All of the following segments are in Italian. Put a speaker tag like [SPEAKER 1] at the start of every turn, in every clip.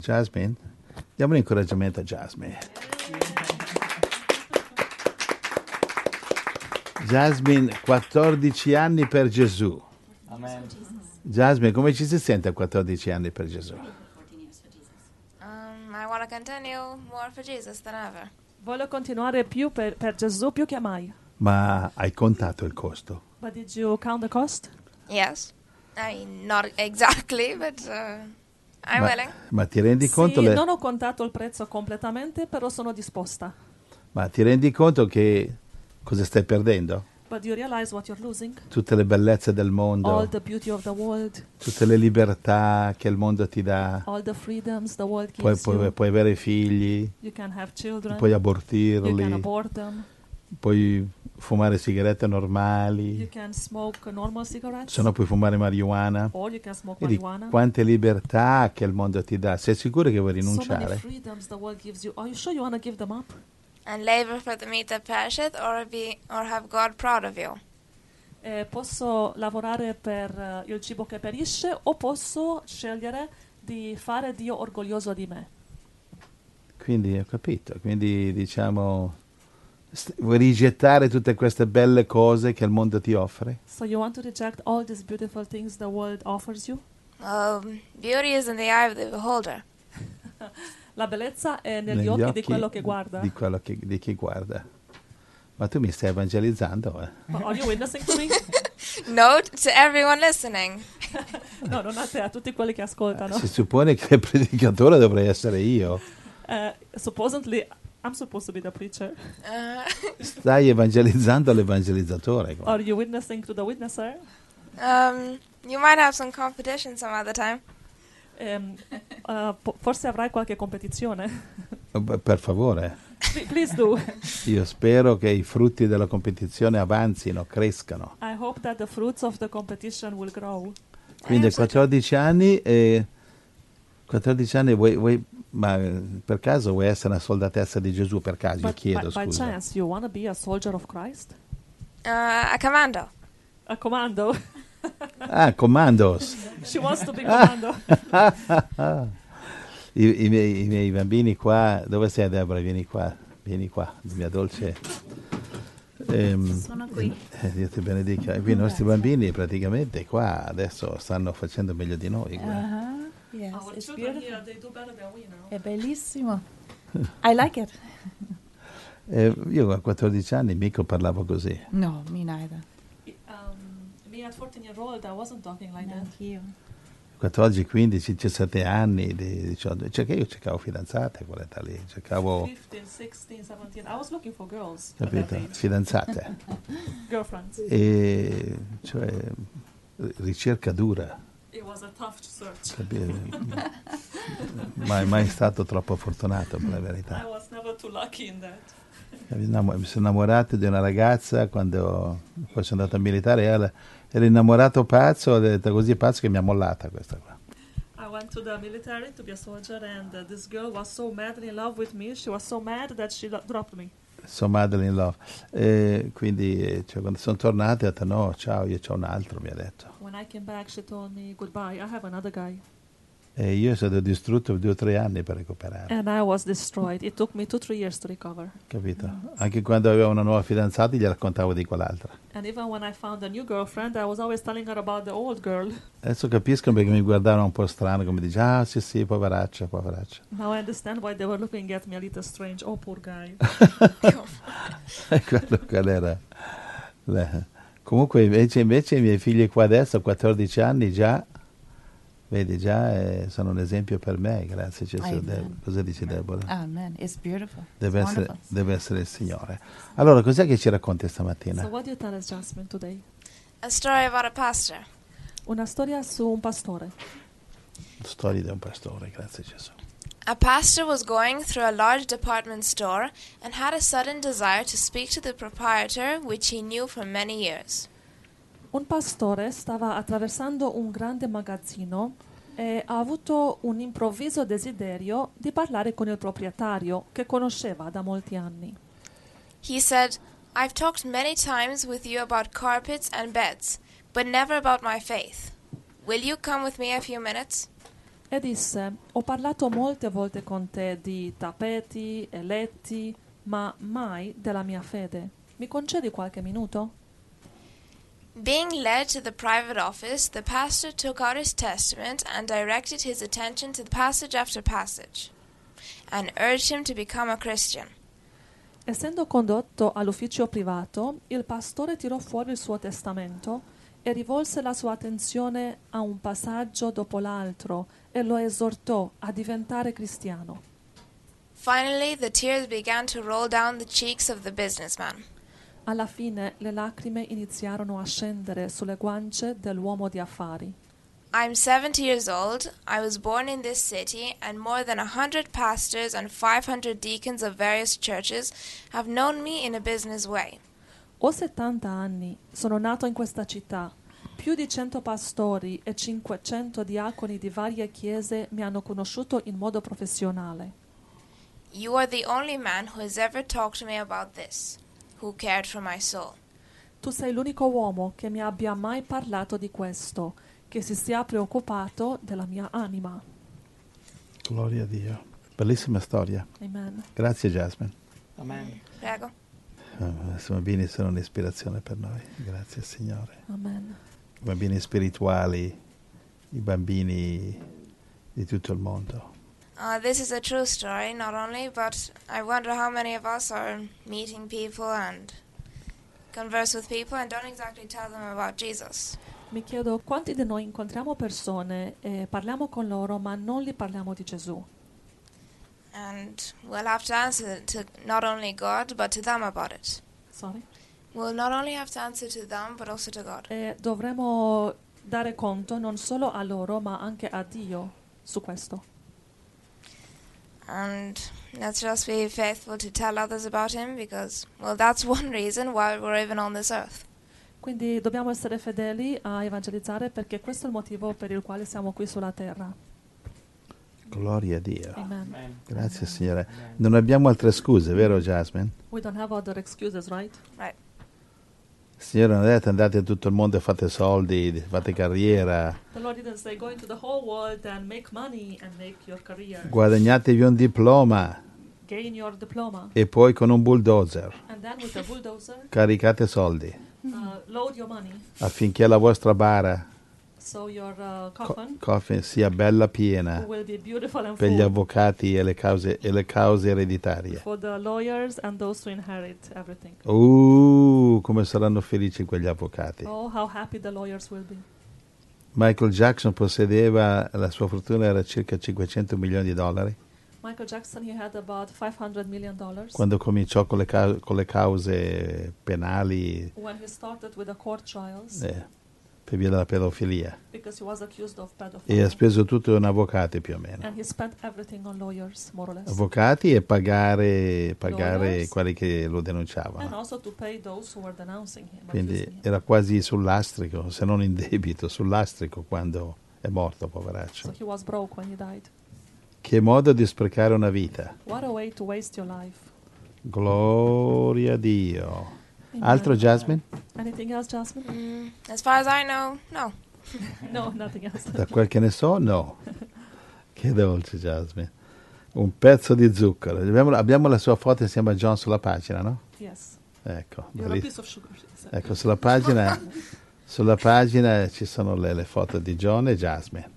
[SPEAKER 1] Jasmine. Diamo un incoraggiamento a Jasmine. Jasmine, 14 anni per Gesù.
[SPEAKER 2] Amen.
[SPEAKER 1] Jasmine, come ci si sente a 14 anni per Gesù?
[SPEAKER 3] Um, I want to continue more for Jesus than ever.
[SPEAKER 4] Voglio continuare più per, per Gesù più che mai.
[SPEAKER 1] Ma hai contato il costo?
[SPEAKER 4] But did you count the cost?
[SPEAKER 3] Yes. I mean, not exactly, but uh, I'm
[SPEAKER 1] Ma,
[SPEAKER 3] willing.
[SPEAKER 1] ma ti rendi conto?
[SPEAKER 4] Sì,
[SPEAKER 1] le-
[SPEAKER 4] non ho contato il prezzo completamente, però sono disposta.
[SPEAKER 1] Ma ti rendi conto che cosa stai perdendo?
[SPEAKER 4] But you realize what you're losing?
[SPEAKER 1] Tutte le bellezze del
[SPEAKER 4] All
[SPEAKER 1] mondo,
[SPEAKER 4] the beauty of the world,
[SPEAKER 1] tutte le libertà che il mondo ti dà.
[SPEAKER 4] all the freedoms the world
[SPEAKER 1] Puoi,
[SPEAKER 4] gives
[SPEAKER 1] puoi-
[SPEAKER 4] you.
[SPEAKER 1] puoi avere figli,
[SPEAKER 4] You can have children,
[SPEAKER 1] puoi
[SPEAKER 4] you can
[SPEAKER 1] abortirli,
[SPEAKER 4] abort them,
[SPEAKER 1] puoi fumare sigarette
[SPEAKER 4] you
[SPEAKER 1] normali,
[SPEAKER 4] can smoke normal cigarettes,
[SPEAKER 1] se no puoi fumare marijuana.
[SPEAKER 4] or you can smoke
[SPEAKER 1] Vedi
[SPEAKER 4] marijuana.
[SPEAKER 1] quante libertà che il mondo ti dà. Sei sicuro che vuoi
[SPEAKER 4] So many
[SPEAKER 1] rinunciare?
[SPEAKER 4] freedoms the world gives you. Are you sure you want to give them up?
[SPEAKER 3] And labor for the meat that perisheth, or be, or have God proud of you.
[SPEAKER 4] Eh, posso lavorare per eh, il cibo che perisce o posso scegliere di fare Dio orgoglioso di me?
[SPEAKER 1] Quindi ho capito, quindi diciamo st- vuoi rigettare tutte queste belle cose che il mondo ti offre?
[SPEAKER 4] So you want to reject all these beautiful things the world offers you?
[SPEAKER 3] Um, beauty is in the eye of the beholder.
[SPEAKER 4] La bellezza è negli occhi, di quello che guarda.
[SPEAKER 1] Di, quello che- di chi guarda. Ma tu mi stai evangelizzando? eh?
[SPEAKER 4] Ma Oh, are you witnessing to me?
[SPEAKER 3] Note to everyone listening.
[SPEAKER 4] No, non a te, a tutti quelli che ascoltano.
[SPEAKER 1] Si suppone che il predicatore dovrei essere io.
[SPEAKER 4] Eh, supposedly, I'm supposed to be the preacher.
[SPEAKER 3] Uh,
[SPEAKER 1] Stai evangelizzando l'evangelizzatore. guarda.
[SPEAKER 4] Are you witnessing to the witnesser?
[SPEAKER 3] um, you might have some competition some other time.
[SPEAKER 4] Ehm, eh, po- forse avrai qualche competizione.
[SPEAKER 1] Beh, Per favore,
[SPEAKER 4] P- Please do.
[SPEAKER 1] io spero che i frutti della competizione avanzino, crescano.
[SPEAKER 4] I hope that the fruits of the competition will grow.
[SPEAKER 1] Quindi a 14 anni, e 14 anni vuoi, vuoi- ma eh, per caso vuoi essere una soldatessa di Gesù? Per caso, io
[SPEAKER 4] But
[SPEAKER 1] chiedo
[SPEAKER 4] by, by
[SPEAKER 1] scusa.
[SPEAKER 4] chance, you want to be a soldier of Christ?
[SPEAKER 3] Uh, a commando.
[SPEAKER 4] A comando.
[SPEAKER 1] Ah, commandos!
[SPEAKER 4] She wants to be comando.
[SPEAKER 1] I, i miei, i miei bambini qua, dove sei Deborah? Vieni qua, vieni qua, mia dolce. Ehm,
[SPEAKER 5] Sono qui.
[SPEAKER 1] eh, Dio ti benedica. E qui I nostri bambini praticamente qua adesso stanno facendo meglio di noi. guarda.
[SPEAKER 5] Ah, yes,
[SPEAKER 4] Our
[SPEAKER 5] it's
[SPEAKER 4] children
[SPEAKER 5] beautiful.
[SPEAKER 4] here, they do better than we know.
[SPEAKER 5] È bellissimo. I like it.
[SPEAKER 1] Eh, io a 14 anni mica parlavo così.
[SPEAKER 5] No, me neither.
[SPEAKER 4] Um, me at 14 year old, I wasn't talking like that.
[SPEAKER 5] Thank you.
[SPEAKER 1] 14, 15, 17 anni, di- 18, cioè che io cercavo fidanzate, quella età lì, cercavo
[SPEAKER 4] 15, 16, 17. I was looking for girls at that
[SPEAKER 1] capito,
[SPEAKER 4] age.
[SPEAKER 1] fidanzate.
[SPEAKER 4] Girlfriends.
[SPEAKER 1] E cioè ri- ricerca dura,
[SPEAKER 4] It was a tough search.
[SPEAKER 1] capito? mai, mai stato troppo fortunato per la
[SPEAKER 4] I
[SPEAKER 1] verità.
[SPEAKER 4] was never too lucky in that.
[SPEAKER 1] Mi innamo- mi sono innamorato di una ragazza quando poi sono andato a militare, era, era innamorato pazzo, ho detto così pazzo che mi ha mollata questa qua.
[SPEAKER 4] I went to the military to be a soldier, and uh, this girl was so madly in love with me. She was so mad that she lo- dropped me.
[SPEAKER 1] So Madeleine in Love. E quindi eh, cioè, quando sono tornato ho detto no, ciao, io c'ho un altro, mi ha detto.
[SPEAKER 4] When I came back, she told me goodbye. I have another guy,
[SPEAKER 1] E io sono stato distrutto per due o tre anni per recuperare,
[SPEAKER 4] and I was destroyed. It took me two, three years to recover.
[SPEAKER 1] capito? Anche quando avevo una nuova fidanzata gli raccontavo di quell'altra.
[SPEAKER 4] And even when I found a new girlfriend, I was always telling her about the old girl.
[SPEAKER 1] Adesso capisco perché mi guardavano un po' strano, come dice, ah sì sì, poveraccia, poveraccia.
[SPEAKER 4] Now I understand why they were looking at me a little strange. Oh, poor guy.
[SPEAKER 1] E quello, quello era... la- Comunque invece, invece i miei figli qua adesso, a 14 anni già, vedi già, eh, sono un esempio per me, grazie Gesù.
[SPEAKER 5] Amen.
[SPEAKER 1] De- cosa dici Deborah?
[SPEAKER 5] Amen. Ah, It's beautiful.
[SPEAKER 1] Deve
[SPEAKER 5] it's
[SPEAKER 1] essere,
[SPEAKER 5] wonderful.
[SPEAKER 1] deve essere il Signore. Allora, cos'è che ci racconti
[SPEAKER 4] so,
[SPEAKER 1] stamattina?
[SPEAKER 4] what do you tell us, Jasmine, today?
[SPEAKER 3] A story about a pastor.
[SPEAKER 4] Una storia su un pastore.
[SPEAKER 1] Storia di un pastore, grazie Gesù.
[SPEAKER 3] A pastor was going through a large department store and had a sudden desire to speak to the proprietor, which he knew for many years.
[SPEAKER 4] Un pastore stava attraversando un grande magazzino e ha avuto un improvviso desiderio di parlare con il proprietario che conosceva da molti anni.
[SPEAKER 3] He said, I've talked many times with you about carpets and beds, but never about my faith. Will you come with me a few minutes?
[SPEAKER 4] e disse, ho parlato molte volte con te di tappeti e letti, ma mai della mia fede. Mi concedi qualche minuto?
[SPEAKER 3] Being led to the private office, the pastor took out his testament and directed his attention to passage after passage and urged him to become a Christian.
[SPEAKER 4] Essendo condotto all'ufficio privato, il pastore tirò fuori il suo testamento e rivolse la sua attenzione a un passaggio dopo l'altro e lo esortò a diventare cristiano.
[SPEAKER 3] Finally, the tears began to roll down the cheeks of the businessman.
[SPEAKER 4] Alla fine le lacrime iniziarono a scendere sulle guance dell'uomo di affari.
[SPEAKER 3] I'm 70 years old. I was born in this city, and more than 100 pastors and 500 deacons of various churches have known me in a business way.
[SPEAKER 4] Ho 70 anni, sono nato in questa città. Più di 100 pastori e 500 diaconi di varie chiese mi hanno conosciuto in modo professionale.
[SPEAKER 3] You are the only man who has ever talked to me about this, who cared for my soul.
[SPEAKER 4] Tu sei l'unico uomo che mi abbia mai parlato di questo, che si sia preoccupato della mia anima.
[SPEAKER 1] Gloria a Dio. Bellissima storia.
[SPEAKER 4] Amen.
[SPEAKER 1] Grazie Jasmine.
[SPEAKER 2] Amen.
[SPEAKER 3] Prego.
[SPEAKER 1] Eh, I bambini sono un'ispirazione per noi. Grazie Signore.
[SPEAKER 4] Amen.
[SPEAKER 1] I bambini spirituali, i bambini di tutto il mondo.
[SPEAKER 3] Uh, this is a true story, not only, but I wonder how many of us are meeting people and converse with people and don't exactly tell them about Jesus.
[SPEAKER 4] Mi chiedo quanti di noi incontriamo persone e parliamo con loro ma non gli parliamo di Gesù.
[SPEAKER 3] And we'll have to answer to not only God, but to them about it.
[SPEAKER 4] Sorry.
[SPEAKER 3] We'll not only have to answer to them, but also to God.
[SPEAKER 4] E dovremmo dare conto non solo a loro ma anche a Dio su questo.
[SPEAKER 3] And let's just be faithful to tell others about Him because, well, that's one reason why we're even on this earth.
[SPEAKER 4] Quindi dobbiamo essere fedeli a evangelizzare perché questo è il motivo per il quale siamo qui sulla terra.
[SPEAKER 1] Gloria a Dio.
[SPEAKER 4] Amen.
[SPEAKER 2] Amen.
[SPEAKER 1] Grazie Signore.
[SPEAKER 2] Amen.
[SPEAKER 1] Non abbiamo altre scuse, vero Jasmine?
[SPEAKER 4] We don't have other excuses, right?
[SPEAKER 3] Right.
[SPEAKER 1] Il Signore non ha detto andate in tutto il mondo e fate soldi, fate carriera,
[SPEAKER 4] The Lord didn't say go into the whole world and make money and make your career,
[SPEAKER 1] guadagnatevi un diploma
[SPEAKER 4] gain your diploma,
[SPEAKER 1] e poi con un bulldozer
[SPEAKER 4] and then with a bulldozer
[SPEAKER 1] caricate soldi
[SPEAKER 4] uh, load your money
[SPEAKER 1] affinché la vostra bara
[SPEAKER 4] so your uh,
[SPEAKER 1] co- ah.
[SPEAKER 4] coffin
[SPEAKER 1] coffin sia bella piena
[SPEAKER 4] will be beautiful and
[SPEAKER 1] per gli
[SPEAKER 4] full
[SPEAKER 1] avvocati e le cause, e le cause ereditarie.
[SPEAKER 4] for the lawyers and those who inherit everything.
[SPEAKER 1] Uh, come saranno felici quegli avvocati.
[SPEAKER 4] Oh, how happy the lawyers will be.
[SPEAKER 1] Michael Jackson possedeva, la sua fortuna era circa 500 milioni di dollari,
[SPEAKER 4] Michael Jackson, he had about 500 million dollars
[SPEAKER 1] quando cominciò con le, ca- con le cause penali
[SPEAKER 4] when he started with the court trials
[SPEAKER 1] eh, per via della pedofilia
[SPEAKER 4] because he was accused of
[SPEAKER 1] e ha
[SPEAKER 4] pedophilia.
[SPEAKER 1] speso tutto in avvocati più o meno.
[SPEAKER 4] And he spent everything on lawyers, more or less.
[SPEAKER 1] avvocati e pagare, pagare
[SPEAKER 4] Lawyers. Eh
[SPEAKER 1] quelli che lo
[SPEAKER 4] And
[SPEAKER 1] denunciavano.
[SPEAKER 4] also to pay those who were denouncing him. accusing
[SPEAKER 1] Quindi
[SPEAKER 4] him.
[SPEAKER 1] era quasi sul lastrico, se non in debito, sul lastrico quando è morto,
[SPEAKER 4] So
[SPEAKER 1] poveraccio.
[SPEAKER 4] he was broke when he died.
[SPEAKER 1] Che modo di sprecare una vita.
[SPEAKER 4] What a way to waste your life.
[SPEAKER 1] Gloria a Dio.
[SPEAKER 4] Amen.
[SPEAKER 1] Altro Jasmine?
[SPEAKER 4] Anything else, Jasmine?
[SPEAKER 3] Mm, as far as I know, no.
[SPEAKER 4] No, nothing else.
[SPEAKER 1] Da quel che ne so, no. Che dolce Jasmine. Un pezzo di zucchero. Abbiamo, abbiamo la sua foto insieme a John sulla pagina, no?
[SPEAKER 4] Yes.
[SPEAKER 1] Ecco,
[SPEAKER 4] You're a
[SPEAKER 1] bellissimo.
[SPEAKER 4] piece of sugar. she said.
[SPEAKER 1] Ecco, sulla pagina, sulla pagina ci sono le, le foto di John e Jasmine.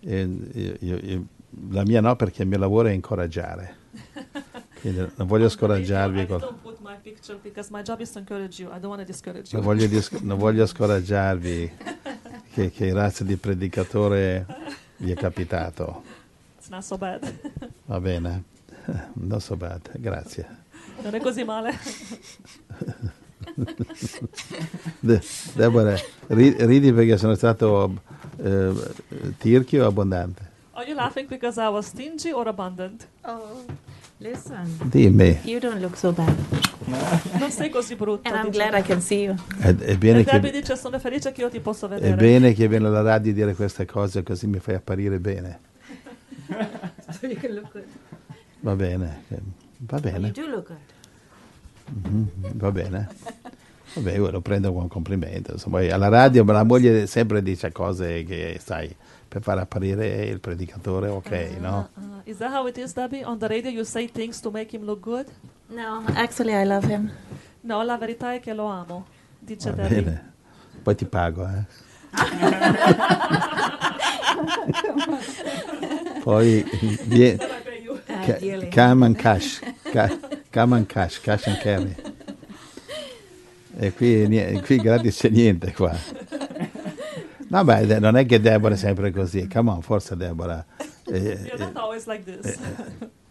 [SPEAKER 1] E io- io- io- la mia no, perché il mio lavoro è incoraggiare. Quindi non voglio scoraggiarvi,
[SPEAKER 4] I
[SPEAKER 1] col-
[SPEAKER 4] don't put my picture because my job is to encourage you. I don't want to discourage
[SPEAKER 1] non
[SPEAKER 4] you.
[SPEAKER 1] voglio, dis- non voglio scoraggiarvi che, che razza di predicatore vi è capitato.
[SPEAKER 4] It's not so bad.
[SPEAKER 1] Va bene? Non so bad, grazie.
[SPEAKER 4] non è così male.
[SPEAKER 1] De- Deborah, ri- ridi perché sono stato eh, tirchio o abbondante?
[SPEAKER 4] Are you laughing because I was stingy or abundant?
[SPEAKER 6] Oh, listen,
[SPEAKER 1] Dimmi.
[SPEAKER 6] you don't look so bad.
[SPEAKER 4] Non sei così brutta.
[SPEAKER 6] And I'm
[SPEAKER 4] dice.
[SPEAKER 6] glad I can see you.
[SPEAKER 1] È, è
[SPEAKER 4] E
[SPEAKER 1] bene
[SPEAKER 4] Debbie
[SPEAKER 1] che,
[SPEAKER 4] dice sono felice che io ti posso
[SPEAKER 1] è
[SPEAKER 4] vedere.
[SPEAKER 1] bene che Eh, viene alla radio a dire queste cose così mi fai apparire bene.
[SPEAKER 6] So you can look good.
[SPEAKER 1] Va bene, eh, va
[SPEAKER 6] You
[SPEAKER 1] bene,
[SPEAKER 6] do look good.
[SPEAKER 1] va Mhm, bene. Vabbè, io lo prendo come un complimento. Insomma, alla radio la moglie sempre dice cose che, sai, per far apparire il predicatore, ok, no?
[SPEAKER 4] Uh, is that how it is, Debbie? On the radio you say things to make him look good?
[SPEAKER 5] No, actually, I love him.
[SPEAKER 4] No, la verità è che lo amo, dice
[SPEAKER 1] Va
[SPEAKER 4] Debbie.
[SPEAKER 1] bene. Poi ti pago, eh. Poi vie- ca-
[SPEAKER 6] Ideally.
[SPEAKER 1] come and cash, ca- come and cash, cash and carry. E qui, nie- qui gratis c'è niente qua. No, beh, de- non è che Deborah è sempre così. Come on, forza Deborah. Eh,
[SPEAKER 4] You're not always like this.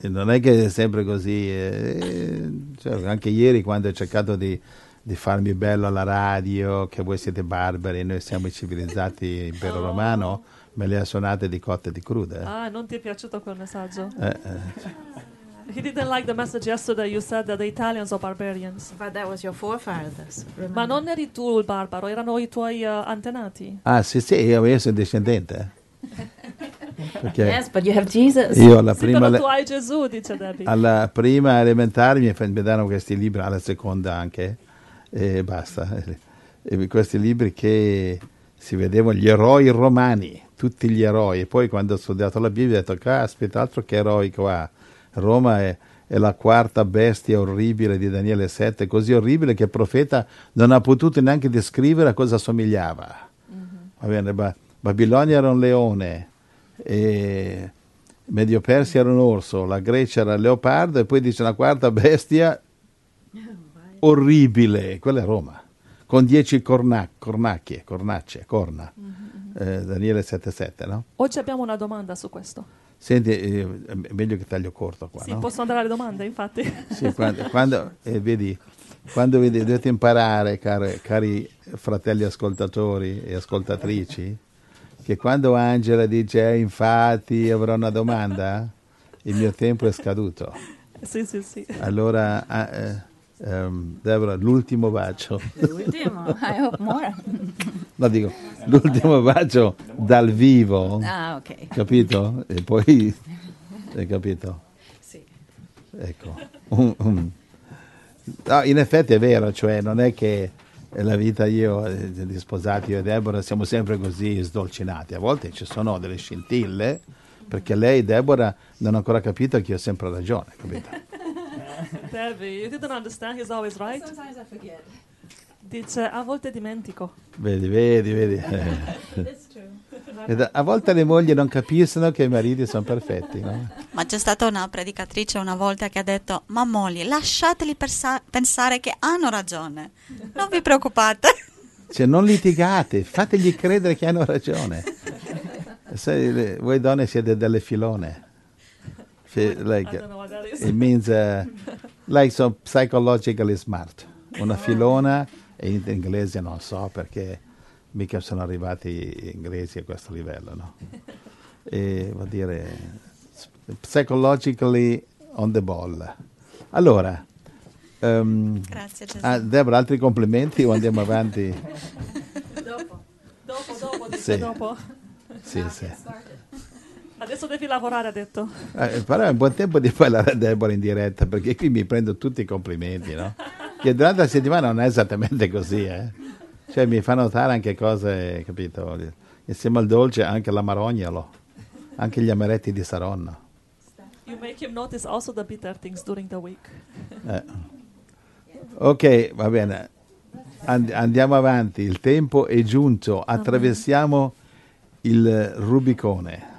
[SPEAKER 1] eh, non è che è sempre così. eh, cioè, anche ieri quando ho cercato di, di farmi bello alla radio, che voi siete barbari e noi siamo i civilizzati impero romano, me le ha suonate di cotte e di crude.
[SPEAKER 4] Ah, non ti è piaciuto quel messaggio?
[SPEAKER 1] eh. Eh, eh.
[SPEAKER 4] He didn't like the message yesterday you said that the Italians are barbarians.
[SPEAKER 6] But that was your forefathers. Remember?
[SPEAKER 4] Ma non eri tu il barbaro, erano i tuoi eh, antenati.
[SPEAKER 1] Ah sì sì, io, io sono discendente.
[SPEAKER 5] Yes,
[SPEAKER 1] Perché
[SPEAKER 5] but you have Jesus.
[SPEAKER 1] io alla
[SPEAKER 4] Sì, però
[SPEAKER 1] prima,
[SPEAKER 4] tu hai Gesù, dice Debbie.
[SPEAKER 1] alla prima elementare mi, fa- mi danno questi libri, alla seconda anche, e basta. E questi libri che si vedevano gli eroi romani, tutti gli eroi. E poi quando ho studiato la Bibbia ho detto, caspita, altro che eroi qua. Roma è, è la quarta bestia orribile di Daniele 7, così orribile che il profeta non ha potuto neanche descrivere a cosa somigliava.
[SPEAKER 4] Mm-hmm.
[SPEAKER 1] Va bene, Ba- Babilonia era un leone, e Medio Persia era un orso, la Grecia era il leopardo e poi dice una quarta bestia orribile, quella è Roma, con dieci corna- cornacchie, cornacce, corna,
[SPEAKER 4] Mm-hmm,
[SPEAKER 1] Eh, Daniele 7,7, no?
[SPEAKER 4] Oggi abbiamo una domanda su questo.
[SPEAKER 1] Senti, eh, è meglio che taglio corto qua,
[SPEAKER 4] Sì,
[SPEAKER 1] no?
[SPEAKER 4] posso andare alle domande, infatti.
[SPEAKER 1] Sì, quando, quando- eh, vedi, quando vedi- dovete imparare, care- cari fratelli ascoltatori e ascoltatrici, che quando Angela dice "Eh, infatti avrò una domanda, il mio tempo è scaduto.
[SPEAKER 4] Sì, sì, sì.
[SPEAKER 1] Allora, ah, eh, ehm, Deborah, l'ultimo bacio,
[SPEAKER 6] L'ultimo.
[SPEAKER 5] I hope more.
[SPEAKER 1] no dico, l'ultimo bacio dal vivo,
[SPEAKER 5] ah, okay.
[SPEAKER 1] capito? E poi, hai capito?
[SPEAKER 6] Sì.
[SPEAKER 1] Ecco. Um, um. No, in effetti è vero, cioè non è che la vita io, eh, di sposati io e Deborah, siamo sempre così sdolcinati. A volte ci sono delle scintille, perché lei, Deborah, non ha ancora capito che io ho sempre ragione, capito?
[SPEAKER 4] Debbie, you didn't understand, he's always right.
[SPEAKER 6] Sometimes I forget.
[SPEAKER 4] Dice, a volte dimentico.
[SPEAKER 1] Vedi, vedi, vedi. Ed a volte le mogli non capiscono che i mariti sono perfetti, no?
[SPEAKER 2] Ma c'è stata una predicatrice una volta che ha detto: Ma mogli, lasciateli persa- pensare che hanno ragione. Non vi preoccupate.
[SPEAKER 1] Cioè, non litigate, fategli credere che hanno ragione. Sai, le- voi donne siete delle filone. Cioè,
[SPEAKER 4] I
[SPEAKER 1] like,
[SPEAKER 4] don't know what that is.
[SPEAKER 1] it means uh, like so psychologically smart. Una filona, e in inglese non so perché mica sono arrivati gli inglesi a questo livello, no? E vuol dire psychologically on the ball. Allora, ehm,
[SPEAKER 2] Grazie, Gesù.
[SPEAKER 1] ah, Deborah, altri complimenti o andiamo avanti?
[SPEAKER 4] Dopo, dopo, dice
[SPEAKER 1] Sì.
[SPEAKER 4] dopo.
[SPEAKER 1] Sì, sì.
[SPEAKER 4] Adesso devi lavorare, ha detto.
[SPEAKER 1] Eh, però è un buon tempo di fare la Deborah in diretta perché qui mi prendo tutti i complimenti, no? Che durante la settimana non è esattamente così, eh? Cioè mi fa notare anche cose, capito? Insieme al dolce anche l'amarognolo, anche gli amaretti di Saronno.
[SPEAKER 4] You make him notice also the bitter things during the week.
[SPEAKER 1] Eh. Ok, va bene. And- andiamo avanti, il tempo è giunto, attraversiamo il Rubicone.